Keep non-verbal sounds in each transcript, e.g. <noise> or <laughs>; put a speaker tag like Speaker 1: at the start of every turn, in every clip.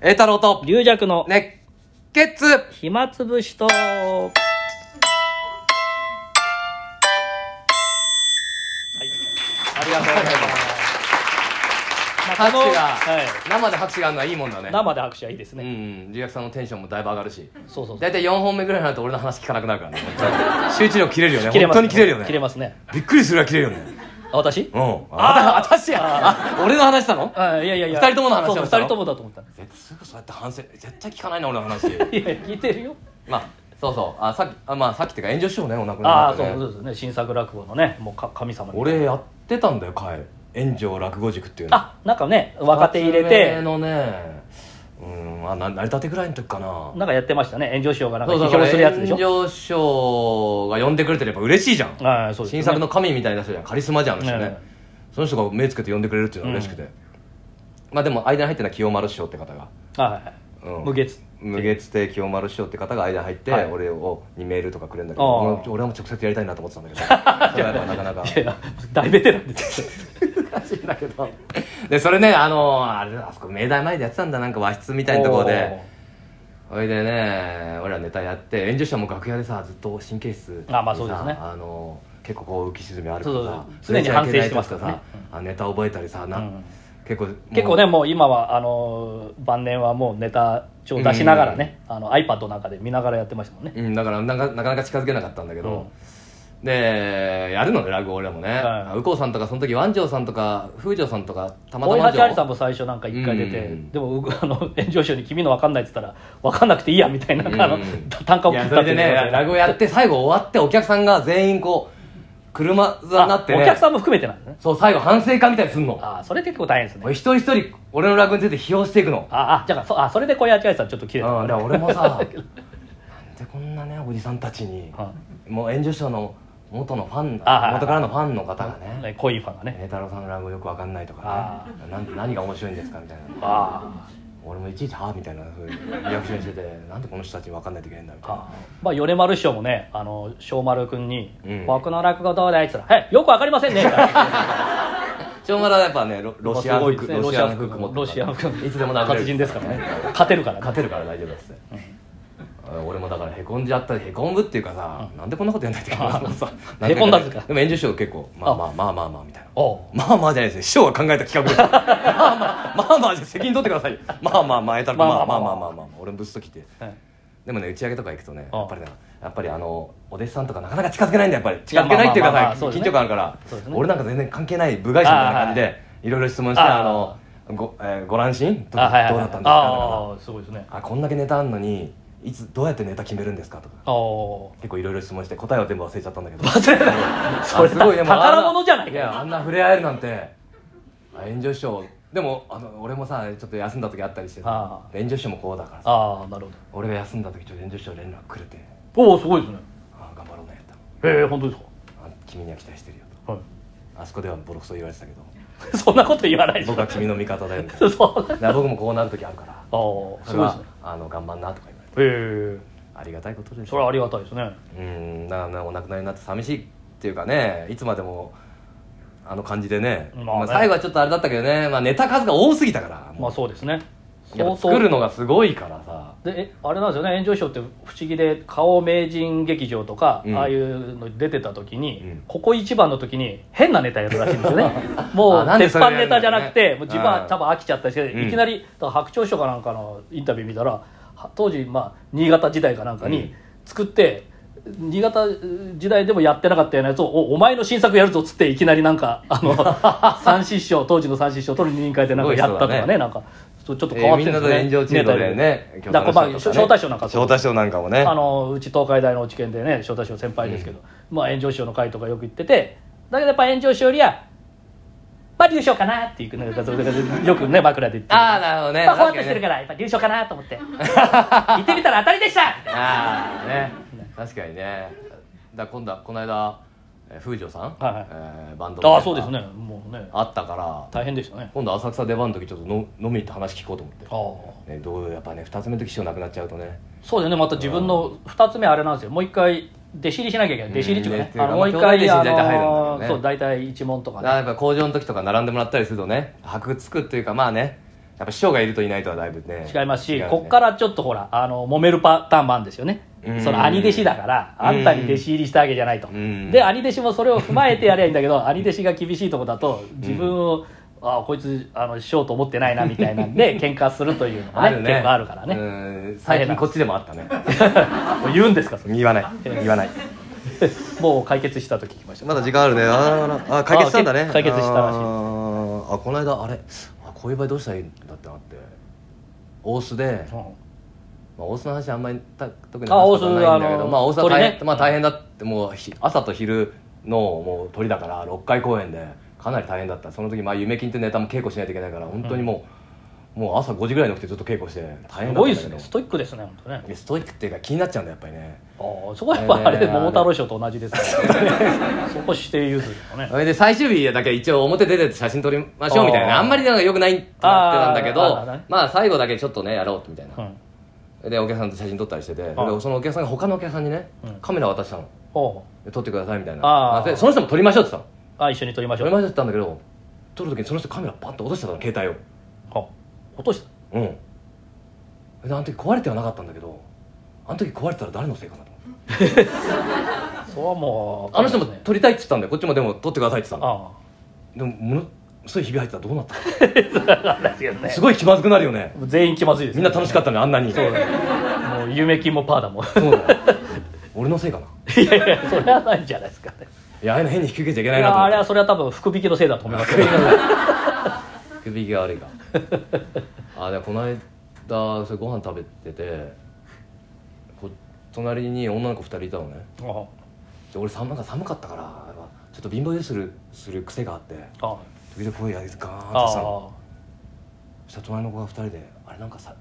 Speaker 1: 栄太郎と
Speaker 2: 龍尺の
Speaker 1: 熱血
Speaker 2: 暇つぶしと
Speaker 1: ありがとうございます
Speaker 2: まあこ
Speaker 1: 拍手
Speaker 2: の
Speaker 1: が
Speaker 2: はい
Speaker 1: 生で拍手があるのはいいもんだね
Speaker 2: 生で拍手はいいです
Speaker 1: う
Speaker 2: ね、
Speaker 1: んリアクさんのテンションもだいぶ上がるし
Speaker 2: そうそうそう
Speaker 1: 大体4本目ぐらいになると俺の話聞かなくなるからね本当に集中力切れるよね
Speaker 2: 切れ
Speaker 1: 本
Speaker 2: ま
Speaker 1: 当
Speaker 2: す
Speaker 1: に切れるよね
Speaker 2: 切れますね
Speaker 1: びっくりするぐらい切れるよね
Speaker 2: あ私
Speaker 1: うんあ私やあ俺の話したの
Speaker 2: あいやいやいや
Speaker 1: 二人ともの話
Speaker 2: そうそう
Speaker 1: を
Speaker 2: 二
Speaker 1: したの
Speaker 2: 人ともだと思った <laughs>
Speaker 1: 絶すぐそうやって反省絶対聞かないな俺の話
Speaker 2: いやいや聞いてるよ
Speaker 1: まあそうそうあさっきあまあさっきっていうか炎上師匠ねお亡く
Speaker 2: あ
Speaker 1: な
Speaker 2: あ
Speaker 1: り
Speaker 2: そ
Speaker 1: になって
Speaker 2: うそ
Speaker 1: ね
Speaker 2: うですね新作落語のねもうか神様に
Speaker 1: 俺やってたんだよ会炎上落語塾っていうの
Speaker 2: あなんかね若手入れ
Speaker 1: 二つ目
Speaker 2: て
Speaker 1: のねうんあな成り立てぐらいの時かな
Speaker 2: なんかやってましたね炎上しようがなんか
Speaker 1: そうそう
Speaker 2: 批評するやつでしょ
Speaker 1: 炎上師匠が呼んでくれてれば嬉しいじゃん、
Speaker 2: ああそうですね
Speaker 1: 新作の神みたいな人じゃんカリスマじゃんあの人ね、
Speaker 2: ね
Speaker 1: その人が目つけて呼んでくれるっていうのは嬉しくて、まあでも間に入ってるのは清丸師匠って方が
Speaker 2: はいはい、
Speaker 1: うん
Speaker 2: 無月
Speaker 1: 無月亭清丸師匠って方が間に入って、
Speaker 2: はい
Speaker 1: 俺をにメールとかくれるんだけ
Speaker 2: ああ
Speaker 1: ど俺俺はもう直接やりたいなと思ってたんだけどそ
Speaker 2: <laughs>
Speaker 1: れはやっぱなかなか
Speaker 2: いやいや大ベテラン
Speaker 1: <laughs>
Speaker 2: ですよ
Speaker 1: 難しいんだけどでそれねあのあれあそこ明大前でやってたんだなんか和室みたいなところでそれでね俺らネタやって演者者も楽屋でさずっと神経質にさ
Speaker 2: あまあそうですね
Speaker 1: あの結構こう浮き沈みあるから
Speaker 2: そう
Speaker 1: さ
Speaker 2: そう常に反省してます
Speaker 1: か
Speaker 2: からら
Speaker 1: さ、
Speaker 2: ね
Speaker 1: あネタ覚えたりさな、
Speaker 2: うん
Speaker 1: 結構もう
Speaker 2: 結構ねもう今はあのー晩年はもうネタ帳出しながらね、あの iPad なんかで見ながらやってましたもんね、
Speaker 1: うん、だからなかなかなか近づけなかったんだけど、でやるのねラグ俺らもね、
Speaker 2: はい
Speaker 1: 右近さんとかその時湾城さんとか風城さんとかたまた
Speaker 2: 大
Speaker 1: ま
Speaker 2: 橋
Speaker 1: 城
Speaker 2: 有さんも最初なんか一回出て、
Speaker 1: うん
Speaker 2: でもうあの <laughs> 炎上師匠に「君の分かんない」っつったら「分かんなくていいや」みたいな、あの
Speaker 1: うん
Speaker 2: 単価を
Speaker 1: い
Speaker 2: 切
Speaker 1: や
Speaker 2: っ
Speaker 1: そ
Speaker 2: た
Speaker 1: れ
Speaker 2: ってい
Speaker 1: で
Speaker 2: う
Speaker 1: ね
Speaker 2: ね
Speaker 1: ラグをやって最後終わってお客さんが全員こう車座
Speaker 2: あ
Speaker 1: になってね
Speaker 2: お客さんも含めてなんですね
Speaker 1: そう最後反省会みたいにすんの
Speaker 2: ああそれ結構大変です
Speaker 1: 俺
Speaker 2: ね
Speaker 1: 一人一人俺の落語について批評していくの
Speaker 2: ああじゃあそあそれで小屋有さんちょっと切
Speaker 1: うん
Speaker 2: れ
Speaker 1: だ
Speaker 2: た、
Speaker 1: から俺も <laughs> さなんでこんなねおじさんたちに
Speaker 2: は
Speaker 1: もう炎上師匠の元のファン元
Speaker 2: あはい
Speaker 1: からのファンの方が
Speaker 2: い
Speaker 1: ね
Speaker 2: ね濃いファン
Speaker 1: 「
Speaker 2: が
Speaker 1: 栄
Speaker 2: ね
Speaker 1: 太郎さんの落語よくわかんない」とかねなん何が面白いんですか?」みたいな
Speaker 2: あ
Speaker 1: 俺もいちいち「はあ?」みたいなそういうリアクションして <laughs> て「なんでこの人たちにわかんないといけないんだ」み
Speaker 2: あ
Speaker 1: たいな
Speaker 2: あまあ米丸師匠もねあの小丸君に、
Speaker 1: うん
Speaker 2: 僕の落語どうだい?」っつったら「えよくわかりませんね」みたいな
Speaker 1: ちょまだやっぱねロ <laughs> ロシアン
Speaker 2: すご
Speaker 1: フ
Speaker 2: い
Speaker 1: ック
Speaker 2: ですね
Speaker 1: ロシアンフック持って
Speaker 2: ロシアン
Speaker 1: る
Speaker 2: フ
Speaker 1: か
Speaker 2: ッ
Speaker 1: ら
Speaker 2: ク
Speaker 1: いつでも殴れ
Speaker 2: 活
Speaker 1: る
Speaker 2: 人ですからね勝てるから
Speaker 1: 勝てるから大丈夫です俺もだからへこんじゃったりへこぶっていうかさ、なんでこんなことやんないといけないのさ
Speaker 2: へこんだんですか
Speaker 1: でも炎上師匠結構まあまあまあまあまあみたいな
Speaker 2: おう
Speaker 1: まあまあじゃないですよ師匠が考えた企画ですまあまあまあまあじゃ責任取ってくださいよまあまあまあえたらま
Speaker 2: ま
Speaker 1: あま
Speaker 2: あま
Speaker 1: あ
Speaker 2: あ
Speaker 1: ま
Speaker 2: ま
Speaker 1: あま
Speaker 2: あ
Speaker 1: あまあまあ俺もぶっときて
Speaker 2: はい
Speaker 1: でもね打ち上げとか行くとね
Speaker 2: あ
Speaker 1: やっぱりねやっぱりあのお弟子さんとかなかなか近づけないんだやっぱり近づけないっていうか
Speaker 2: まあまあまあ
Speaker 1: さ
Speaker 2: まあそうです
Speaker 1: 緊
Speaker 2: ね
Speaker 1: 張感あるから
Speaker 2: そうですね
Speaker 1: 俺なんか全然関係ない部外者みたいな感じ
Speaker 2: あ
Speaker 1: でいろいろ質問して
Speaker 2: あ
Speaker 1: あのごえーご乱心どうどうだ
Speaker 2: あはいはいはい
Speaker 1: ったんですかとか
Speaker 2: ああすごいですね
Speaker 1: あこんだけネタあんのにいつどうやってネタ決めるんですかとか
Speaker 2: ああ
Speaker 1: 結構いろいろ質問して答えは全部忘れちゃったんだけ
Speaker 2: <laughs>
Speaker 1: ど
Speaker 2: 忘れない
Speaker 1: あ
Speaker 2: それ
Speaker 1: すごいでもあんな
Speaker 2: 宝物じゃないか
Speaker 1: やあんな触れ合えるなんてあ炎上師匠でもあの俺もさちょっと休んだ時あったりしてさ
Speaker 2: あ
Speaker 1: 炎上師匠もこうだからさ
Speaker 2: ああなるほ
Speaker 1: 俺が休んだ時ちょっと炎上師匠連絡くれて
Speaker 2: どおおすごいですね
Speaker 1: あ頑張ろうねと
Speaker 2: へえ本当です
Speaker 1: あ君には期待してるよと
Speaker 2: かは
Speaker 1: あそこではボロクソ言われてたけど
Speaker 2: い <laughs> そんなこと言わないでしょ
Speaker 1: 僕は君の味方だよみたい
Speaker 2: <laughs> そうそうあ
Speaker 1: なだから僕もこうなる時あるから
Speaker 2: あ
Speaker 1: そ
Speaker 2: す
Speaker 1: れ
Speaker 2: ごい
Speaker 1: は
Speaker 2: ですね
Speaker 1: あの頑張んなとか言われて
Speaker 2: へえ
Speaker 1: ありがたいことですよ
Speaker 2: それはありがたいですね
Speaker 1: うんだからねお亡くなりになって寂しいっていうかねいつまでもあの感じでね,、
Speaker 2: まあね
Speaker 1: まあ最後はちょっとあれだったけどね、まあ、ネタ数が多すぎたから
Speaker 2: ま
Speaker 1: も
Speaker 2: あそうですね
Speaker 1: うやっぱ作るのがすごいからさ
Speaker 2: でえあれなんですよね炎上師匠って不思議で顔名人劇場とか、
Speaker 1: うん
Speaker 2: ああいうのに出てた時に、
Speaker 1: うん
Speaker 2: ここ一番の時に変なネタやるらしいんですよ
Speaker 1: <laughs>
Speaker 2: ね
Speaker 1: あ
Speaker 2: も
Speaker 1: な
Speaker 2: うん
Speaker 1: で
Speaker 2: 鉄
Speaker 1: それや
Speaker 2: 板
Speaker 1: るんだ
Speaker 2: ネタじゃなくて、もう自分
Speaker 1: う
Speaker 2: は
Speaker 1: ん
Speaker 2: 多分飽きちゃったりして、
Speaker 1: うん
Speaker 2: いきなりだから白鳥師匠かなんかのインタビュー見たらは当時、まあ、新潟時代かなんか
Speaker 1: うん
Speaker 2: に作って、新潟時代でもやってなかったようなやつをおお前の新作やるぞっつっていきなりなんかあの
Speaker 1: <laughs>
Speaker 2: 三師匠当時の三師匠との二人会でなんかやった
Speaker 1: す
Speaker 2: とか
Speaker 1: ごい人
Speaker 2: ね
Speaker 1: だね
Speaker 2: なんかそうちょっと変わって
Speaker 1: えーみんなと炎上チームでね
Speaker 2: だからまあ招待賞なんか
Speaker 1: 招待賞なんかもね
Speaker 2: あのうち東海大の知見でね招待賞先輩ですけど、まあ炎上師匠の会とかよく行っててだけどやっぱ炎上師匠よりはまあ流暢かなっていうなんかそれでよくね枕で言って
Speaker 1: ああなるほどね
Speaker 2: まあふわ
Speaker 1: 確
Speaker 2: っと
Speaker 1: かに
Speaker 2: してるか
Speaker 1: ね
Speaker 2: らやっぱ流暢かなと思って行ってみたら当たり
Speaker 1: <laughs>
Speaker 2: でした
Speaker 1: ああね確かにねだから今度はこの間えー風情さん、
Speaker 2: いはい
Speaker 1: えーバンドの
Speaker 2: ああそうですねもうね
Speaker 1: あったから
Speaker 2: 大変でしたね
Speaker 1: 今度浅草出番の時ちょっとの飲み行って話聞こうと思って
Speaker 2: ああ
Speaker 1: ね、どうやっぱね2つ目の時師匠亡くなっちゃうとね
Speaker 2: そうだよねまた自分の2つ目あれなんですよもう一回弟子入りしなきゃいけない弟子入りっていうかね
Speaker 1: うん
Speaker 2: あのもう一
Speaker 1: 弟子入
Speaker 2: 回あ
Speaker 1: り大体入るんだよ
Speaker 2: の
Speaker 1: ね
Speaker 2: そう大体一問と
Speaker 1: だ
Speaker 2: かね
Speaker 1: からやっぱ工場の時とか並んでもらったりするとね箔つくっていうかまあねやっぱ師匠がいるといないとはだいぶね
Speaker 2: 違いますし、
Speaker 1: うね
Speaker 2: こっからちょっとほらあの揉めるパターンもあるんですよね
Speaker 1: うん
Speaker 2: その兄弟子だから
Speaker 1: うん
Speaker 2: あんたに弟子入りしたわけじゃないと
Speaker 1: うん
Speaker 2: で兄弟子もそれを踏まえてやりゃいいんだけど兄弟子が厳しいとこだと自分を、あこいつあの師匠と思ってないなみたいな
Speaker 1: <laughs>
Speaker 2: んで喧嘩するというのも
Speaker 1: あ
Speaker 2: ね
Speaker 1: るね
Speaker 2: 結構あるからね、
Speaker 1: ね最近こっちでもあったね
Speaker 2: 言うんですかそれ
Speaker 1: <laughs> 言わない言わない
Speaker 2: もう解決したと聞きました
Speaker 1: まだ時間あるねあーあーあー解決したんだね
Speaker 2: あ解決したらしい
Speaker 1: あーあこの間あれあこういう場合どうしたらいいんだってなって大須で
Speaker 2: うん
Speaker 1: まあ、大須の話あんまりた特に
Speaker 2: あ
Speaker 1: 話すことないんだけ
Speaker 2: 大須あ
Speaker 1: ど
Speaker 2: の
Speaker 1: まあ、大須は大変,、
Speaker 2: 鳥ね
Speaker 1: まあ、大変だってもうひ朝と昼のもう鳥だから6回公演でかなり大変だったその時、まあ、夢金ってネタも稽古しないといけないから本当にもう、もう朝5時ぐらいに起きてずっと稽古して大変だ
Speaker 2: す
Speaker 1: ったんだけど
Speaker 2: ごいですねストイックですね本当ね
Speaker 1: ストイックっていうか気になっちゃうんだやっぱりね
Speaker 2: あーそこはやっぱあれで
Speaker 1: えー
Speaker 2: 桃太郎賞と同じで
Speaker 1: <laughs>
Speaker 2: すから、そこして譲るのね
Speaker 1: それで最終日だけ一応表出てって写真撮りましょうみたい
Speaker 2: あ
Speaker 1: な
Speaker 2: ー
Speaker 1: あんまりなんか良くないってなってたんだけ
Speaker 2: あーあーあーあ
Speaker 1: ど
Speaker 2: ー
Speaker 1: まあ最後だけちょっとねやろうってみたいな
Speaker 2: う、ん
Speaker 1: でお客さんと写真撮ったりしててで
Speaker 2: あー
Speaker 1: そのお客さんが他のお客さんにね
Speaker 2: うん
Speaker 1: カメラ渡したの
Speaker 2: おう
Speaker 1: で撮ってくださいみたいな
Speaker 2: あー
Speaker 1: でその人も撮りましょうって言ったの
Speaker 2: あ一緒に撮りまし
Speaker 1: 撮
Speaker 2: ょ
Speaker 1: り
Speaker 2: う
Speaker 1: ましょうって言ったんだけど撮る時にその人カメラパッと落としてたの携帯
Speaker 2: あ落とした
Speaker 1: をうんであの時壊れてはなかったんだけどあの時壊れてたら誰のせいかなと思って
Speaker 2: それはもう
Speaker 1: あの人も
Speaker 2: ね
Speaker 1: 撮りたいって言ったんだよこっちもでも撮ってくださいって言ったの <laughs>
Speaker 2: あ
Speaker 1: でもものすごいひび入ってたらどうなったか
Speaker 2: あですけどね
Speaker 1: すごい気まずくなるよね
Speaker 2: 全員気まずいです
Speaker 1: みんな楽しかったたのにあんなにそうだ
Speaker 2: もう夢金もパーだもん <laughs>
Speaker 1: よ俺のせいかない
Speaker 2: やいやそれはないんじゃないですかね
Speaker 1: い <laughs> やああいうの変に引き受けちゃいけ
Speaker 2: い
Speaker 1: ないなと
Speaker 2: や
Speaker 1: 思
Speaker 2: あ
Speaker 1: っ
Speaker 2: れ
Speaker 1: て
Speaker 2: はそれは多分福引きのせいだと思
Speaker 1: <laughs>
Speaker 2: いますけど
Speaker 1: 首が悪いかあでもこの間それご飯食べててこ隣に女の子2人いたのね
Speaker 2: あ
Speaker 1: で俺寒なんか寒かったからやっぱちょっと貧乏ゆするする癖があって
Speaker 2: あ
Speaker 1: 時々声やりガーン
Speaker 2: あ
Speaker 1: ってさ
Speaker 2: あ
Speaker 1: そしたら隣の子が2人で「あれなんかさ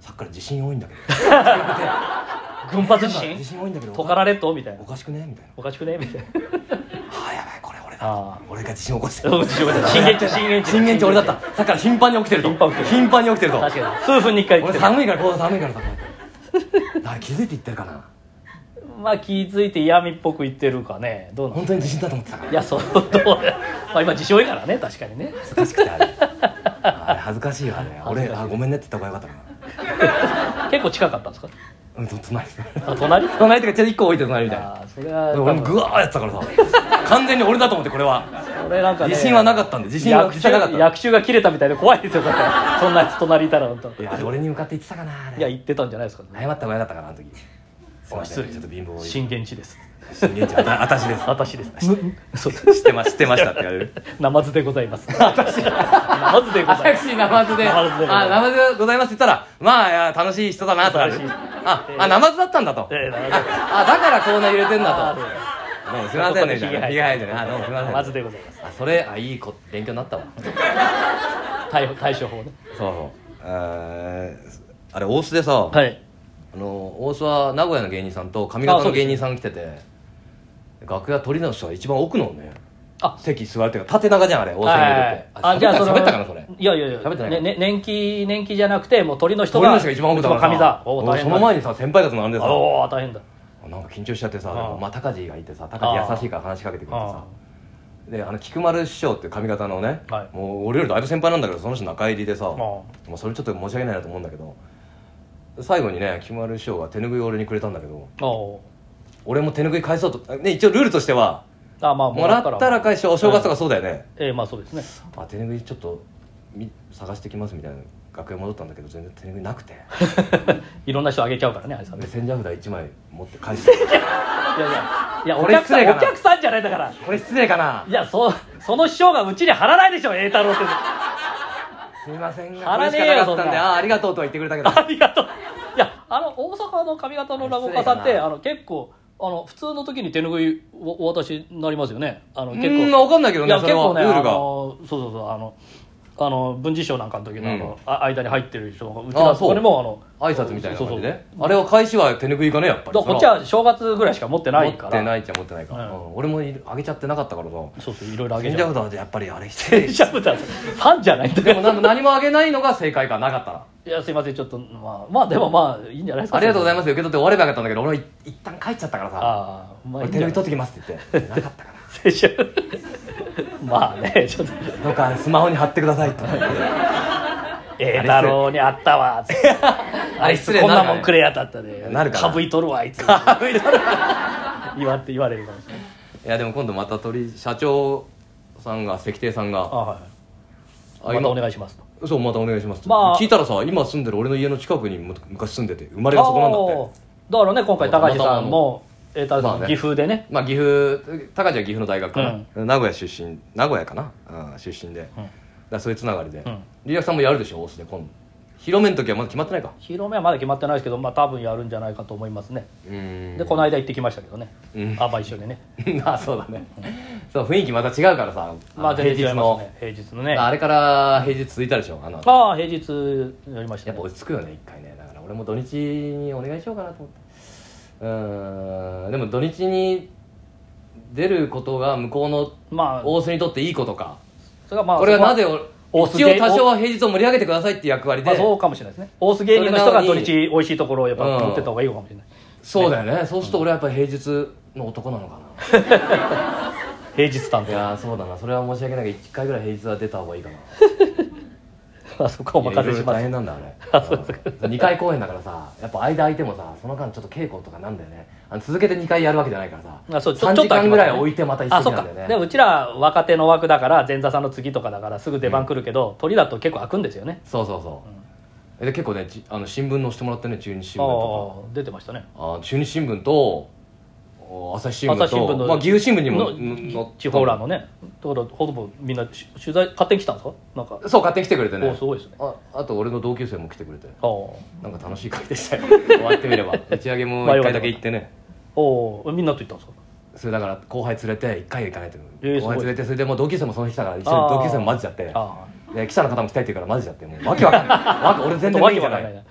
Speaker 1: さっきから地震多いんだけ
Speaker 2: <laughs>
Speaker 1: ど
Speaker 2: 群
Speaker 1: なんか
Speaker 2: 発地
Speaker 1: 地
Speaker 2: 震
Speaker 1: 震多いんだけど
Speaker 2: トカラ列島みた <laughs> い
Speaker 1: お
Speaker 2: な
Speaker 1: かしくね?」みたいな
Speaker 2: おかしくねみたいな
Speaker 1: 「ああやばいこれ俺だ
Speaker 2: あ
Speaker 1: 俺が地震起こして
Speaker 2: あ
Speaker 1: る
Speaker 2: おかしくね
Speaker 1: <laughs>
Speaker 2: 震源地震源地
Speaker 1: 震源地俺だったさっきから頻繁に起きてると
Speaker 2: 頻繁に起きてる
Speaker 1: 頻繁に起きてると
Speaker 2: 確かに数分に1回来
Speaker 1: 俺
Speaker 2: てる
Speaker 1: 寒いからこう寒いからさこうやってあれ気づいて言ってるかな
Speaker 2: まあ気づいて嫌味っぽく言ってるかねどうなん
Speaker 1: 本当に地震だと思ってたか
Speaker 2: いやそうどうまあ今自信多いからね確かにね
Speaker 1: 恥ずかしくてあれあれ恥ずかしいよあれ俺あごめんねって言った方がよかったか
Speaker 2: 結構近かったんですか
Speaker 1: なうんとつないです
Speaker 2: あ隣
Speaker 1: 隣とかちょっと1個置いて隣みたいな
Speaker 2: ああそれは多
Speaker 1: で
Speaker 2: 分
Speaker 1: 俺もグワーやってたからさ完全に俺だと思ってこれは
Speaker 2: これなんか、ね、
Speaker 1: 自信はなかったんで自信は
Speaker 2: 役
Speaker 1: 実際なかった
Speaker 2: 中役中が切れた <laughs> みたいで怖いですよだってそんなやつ隣いたら本当
Speaker 1: いやあれ俺に向かって言ってたかなあれ
Speaker 2: いや言ってたんじゃないですかね
Speaker 1: 謝った方がよかったかなあの時すいませ
Speaker 2: 失
Speaker 1: ん
Speaker 2: 礼
Speaker 1: ちょっと貧乏
Speaker 2: 震源地です
Speaker 1: 震源地あた私です
Speaker 2: 私ですむそうです
Speaker 1: 知ってま知ってましたって言われる
Speaker 2: ナマズでございます私ナマズでございます
Speaker 1: 私ナマズで「
Speaker 2: ナマズでございます
Speaker 1: あナマズでございます」って言ったら「まあいや楽しい人だな」とかある
Speaker 2: 楽しい
Speaker 1: ああナマズだったんだと
Speaker 2: ええナマズ
Speaker 1: あだからこんな揺れてんだと
Speaker 2: あ
Speaker 1: どうもす
Speaker 2: そ
Speaker 1: いうませんねみ
Speaker 2: そ
Speaker 1: た
Speaker 2: こ
Speaker 1: い
Speaker 2: で
Speaker 1: な
Speaker 2: ひ
Speaker 1: 被
Speaker 2: げ生
Speaker 1: 害
Speaker 2: えて
Speaker 1: じゃ
Speaker 2: る
Speaker 1: ないあどうもすいません
Speaker 2: ナマズでございます
Speaker 1: あそれあいいこ勉強になったわそう
Speaker 2: 対対処法ね
Speaker 1: そうああれ大須でさ、
Speaker 2: はい
Speaker 1: あの大須は名古屋の芸人さんと上方の芸人さん来てて、楽屋取り直した一番奥のね
Speaker 2: あ
Speaker 1: 席座るっていうか縦長じゃんあれ大須にいるって
Speaker 2: あじゃあその
Speaker 1: 喋ったかなそれ
Speaker 2: いやいやいや
Speaker 1: 喋ってないかな
Speaker 2: ねね年季年季じゃなくてもう鳥の人
Speaker 1: 鳥
Speaker 2: が
Speaker 1: の人が一番奥だから
Speaker 2: 上座おお大
Speaker 1: 俺
Speaker 2: 変
Speaker 1: その前にさ先輩方と並んで
Speaker 2: に
Speaker 1: さ
Speaker 2: おお大変だ
Speaker 1: なんか緊張しちゃってさ
Speaker 2: あ
Speaker 1: で
Speaker 2: ー
Speaker 1: もまあ高地がいてさ高地優しいから話しかけてくれてさ
Speaker 2: あ
Speaker 1: であの菊丸師匠っていう髪型のね、
Speaker 2: はい
Speaker 1: もう俺よりだいぶ先輩なんだけどその人中入りでさ
Speaker 2: あ
Speaker 1: もうそれちょっと申し訳ないなと思うんだけど最後にね菊丸師匠が手拭いを俺にくれたんだけど
Speaker 2: おお
Speaker 1: 俺も手拭い返そうと、ね、一応ルールとしては
Speaker 2: あまあ
Speaker 1: もらったら返しお正月とかそうだよね、
Speaker 2: ええまあそうですね <laughs>
Speaker 1: あ手拭いちょっとみ探してきますみたいな楽屋戻ったんだけど全然手拭いなくて
Speaker 2: いろんな人あげちゃうからねあれさ
Speaker 1: <laughs>
Speaker 2: んね
Speaker 1: で千社札1枚持って返して
Speaker 2: いやいやいや
Speaker 1: こ
Speaker 2: お
Speaker 1: れ
Speaker 2: 客
Speaker 1: 失
Speaker 2: さ
Speaker 1: 礼
Speaker 2: ん
Speaker 1: かな
Speaker 2: お客さんじゃないだから
Speaker 1: これ失礼かない
Speaker 2: やそその師匠がうちに貼らないでしょ栄太郎って <laughs>
Speaker 1: すいません
Speaker 2: 貼
Speaker 1: が
Speaker 2: ら
Speaker 1: これ
Speaker 2: ね
Speaker 1: しか
Speaker 2: えよ
Speaker 1: なかったん
Speaker 2: そん
Speaker 1: で
Speaker 2: な
Speaker 1: ああありがとうとは言ってくれたけど
Speaker 2: ありがとういやあの大阪の髪型の落語家さんっ
Speaker 1: 失礼
Speaker 2: て
Speaker 1: だな
Speaker 2: あの結構あの普通の時に手拭いおお渡しになりますよねあの
Speaker 1: う
Speaker 2: 結
Speaker 1: ん
Speaker 2: 構
Speaker 1: 分かんないけど
Speaker 2: い
Speaker 1: ね
Speaker 2: や
Speaker 1: そ
Speaker 2: 結
Speaker 1: れは
Speaker 2: 構ね
Speaker 1: ル
Speaker 2: あ
Speaker 1: ールが
Speaker 2: のそうそうそうあのあの文治師匠なんかの時のあの、
Speaker 1: う
Speaker 2: あ間に入ってる人がうち
Speaker 1: あ
Speaker 2: の
Speaker 1: そう
Speaker 2: そこにもあの
Speaker 1: 挨拶みたいな感
Speaker 2: そう
Speaker 1: じ
Speaker 2: そう
Speaker 1: であれは返しは手拭いかねやっぱり
Speaker 2: だからこっちは正月ぐらいしか持ってない
Speaker 1: 持
Speaker 2: か
Speaker 1: っ
Speaker 2: ら
Speaker 1: てないっちゃ持ってないから、
Speaker 2: う
Speaker 1: うんん俺もいるあげちゃってなかったからさ
Speaker 2: そうそういろいろあげ
Speaker 1: 賢
Speaker 2: ちゃ
Speaker 1: 者
Speaker 2: う
Speaker 1: 札はやっぱりあれ失礼
Speaker 2: 電車豚ファンじゃないんだ
Speaker 1: で
Speaker 2: よ
Speaker 1: もなんか何もあげないのが正解かなかったら
Speaker 2: いやすいませんちょっとまあまあでもまあいいんじゃないですか
Speaker 1: ありがとうござい
Speaker 2: ま
Speaker 1: ます受け取って終わればよかったんだけど俺はい一旦帰っちゃったからさ
Speaker 2: ああまあい
Speaker 1: 俺
Speaker 2: いん
Speaker 1: 手
Speaker 2: じゃ
Speaker 1: 拭
Speaker 2: ない
Speaker 1: 取ってきますって言ってなかったか
Speaker 2: 先週まあねちょっと
Speaker 1: <laughs>
Speaker 2: <laughs>
Speaker 1: らどうかスマホに貼ってくださいって
Speaker 2: ええだろうにあったわっつって
Speaker 1: あれ失礼
Speaker 2: こんな
Speaker 1: るか
Speaker 2: も
Speaker 1: ね
Speaker 2: んくれやったったで
Speaker 1: なるかな
Speaker 2: ぶいとるわあいつ
Speaker 1: い
Speaker 2: <laughs> 言わって言われるかもしれない
Speaker 1: やでも今度また鳥社長さんが石亭さん
Speaker 2: あ
Speaker 1: が
Speaker 2: はいま
Speaker 1: 今
Speaker 2: たお願いしますと
Speaker 1: そうまたお願いしますと、
Speaker 2: まあ
Speaker 1: 聞いたらさ今住んでる俺の家の近くにむ昔住んでて生まれがそこなんだって
Speaker 2: あーだからね今回高橋さんもえーた
Speaker 1: まあね
Speaker 2: だ岐阜でね
Speaker 1: まあ岐阜高橋は岐阜の大学かな、名古屋出身名古屋かな、うん、出身で、だからそういうつながりで、
Speaker 2: うん
Speaker 1: リアクさんもやるでしょオースで今度広めん時はまだ決まってないか
Speaker 2: 広めはまだ決まってないですけどまあ多分やるんじゃないかと思いますね
Speaker 1: うーん
Speaker 2: でこ
Speaker 1: <laughs>
Speaker 2: の間行ってきましたけどね
Speaker 1: うん
Speaker 2: あば一緒にね
Speaker 1: あそうだねそう雰囲気また違うからさ、
Speaker 2: まあ
Speaker 1: あの平
Speaker 2: 全然違
Speaker 1: 日
Speaker 2: います
Speaker 1: の、
Speaker 2: ね平日のね
Speaker 1: あ
Speaker 2: あ
Speaker 1: れから平日続いたでしょあの後
Speaker 2: あー平日やりました
Speaker 1: やっ
Speaker 2: ね
Speaker 1: ぱ落ち着くよね一回ねだから俺も土日にお願いしようかなと思ってうーんでも土日に出ることが向こうの
Speaker 2: まあ
Speaker 1: 大須にとっていいことか
Speaker 2: それがまあ
Speaker 1: これはなぜ
Speaker 2: そこ
Speaker 1: お
Speaker 2: 大須
Speaker 1: 一
Speaker 2: 芸
Speaker 1: 応多少は平日を盛り上げてくださいっていう役割で、
Speaker 2: まあそうかもしれないですね大須芸人の人が
Speaker 1: それ
Speaker 2: 土
Speaker 1: なのに
Speaker 2: 日美味しいところをやっぱ
Speaker 1: うん
Speaker 2: 持ってった方がいいのかもしれない
Speaker 1: そうだよねそうすると俺はやっぱり平日の男なのかな
Speaker 2: 平日担
Speaker 1: いやーそうだなそれは申し訳ないけど1回ぐらい平日は出た方がいいかな
Speaker 2: 当あそこはお
Speaker 1: いやい
Speaker 2: 任
Speaker 1: ろ
Speaker 2: せ
Speaker 1: いろ
Speaker 2: しま
Speaker 1: 大
Speaker 2: す
Speaker 1: 変なんだあれ2回公演だからさやっぱ間空いてもさその間ちょっと稽古とかなんだよねあの続けて2回やるわけじゃないからさ
Speaker 2: あそうちょ
Speaker 1: 3
Speaker 2: ちょっ
Speaker 1: 時
Speaker 2: と
Speaker 1: 間
Speaker 2: 空きますね
Speaker 1: ぐらい置いてまた一
Speaker 2: あそ
Speaker 1: 席
Speaker 2: っ
Speaker 1: な
Speaker 2: か
Speaker 1: んだよ
Speaker 2: でも
Speaker 1: ね
Speaker 2: うちら若手の枠だから前座さんの次とかだからすぐ出番来るけど鳥だと結構開くんですよね
Speaker 1: そうそうそう、えで結構ねじあの新聞載せてもらってね中日新
Speaker 2: あ
Speaker 1: 聞と
Speaker 2: あ出てましたね
Speaker 1: かあー中日新聞とお朝日新聞と
Speaker 2: 朝日新聞の
Speaker 1: まあ、岐阜新聞にも
Speaker 2: の
Speaker 1: ん載って
Speaker 2: 地方らのねだからほぼみんなし取材勝手に来たんですかなんか
Speaker 1: そう買ってきてくれて
Speaker 2: お
Speaker 1: ね
Speaker 2: すごいですね
Speaker 1: ああと俺の同級生も来てくれて
Speaker 2: あお
Speaker 1: なんか楽しい会でした
Speaker 2: <laughs>
Speaker 1: よ終わってみれば打ち上げも1回だけ行ってね
Speaker 2: おみんなと行ったんですか
Speaker 1: それだから後輩連れて1回行かないと、
Speaker 2: えー
Speaker 1: 後輩連れてそれでもう同級生もその日来たから一緒に
Speaker 2: あー
Speaker 1: 同級生も混ぜちゃって
Speaker 2: ああ
Speaker 1: で記者の方も来たいって言うから混ぜちゃってもうわけわかんないわけ俺全然できてな
Speaker 2: わけわかんない
Speaker 1: い
Speaker 2: な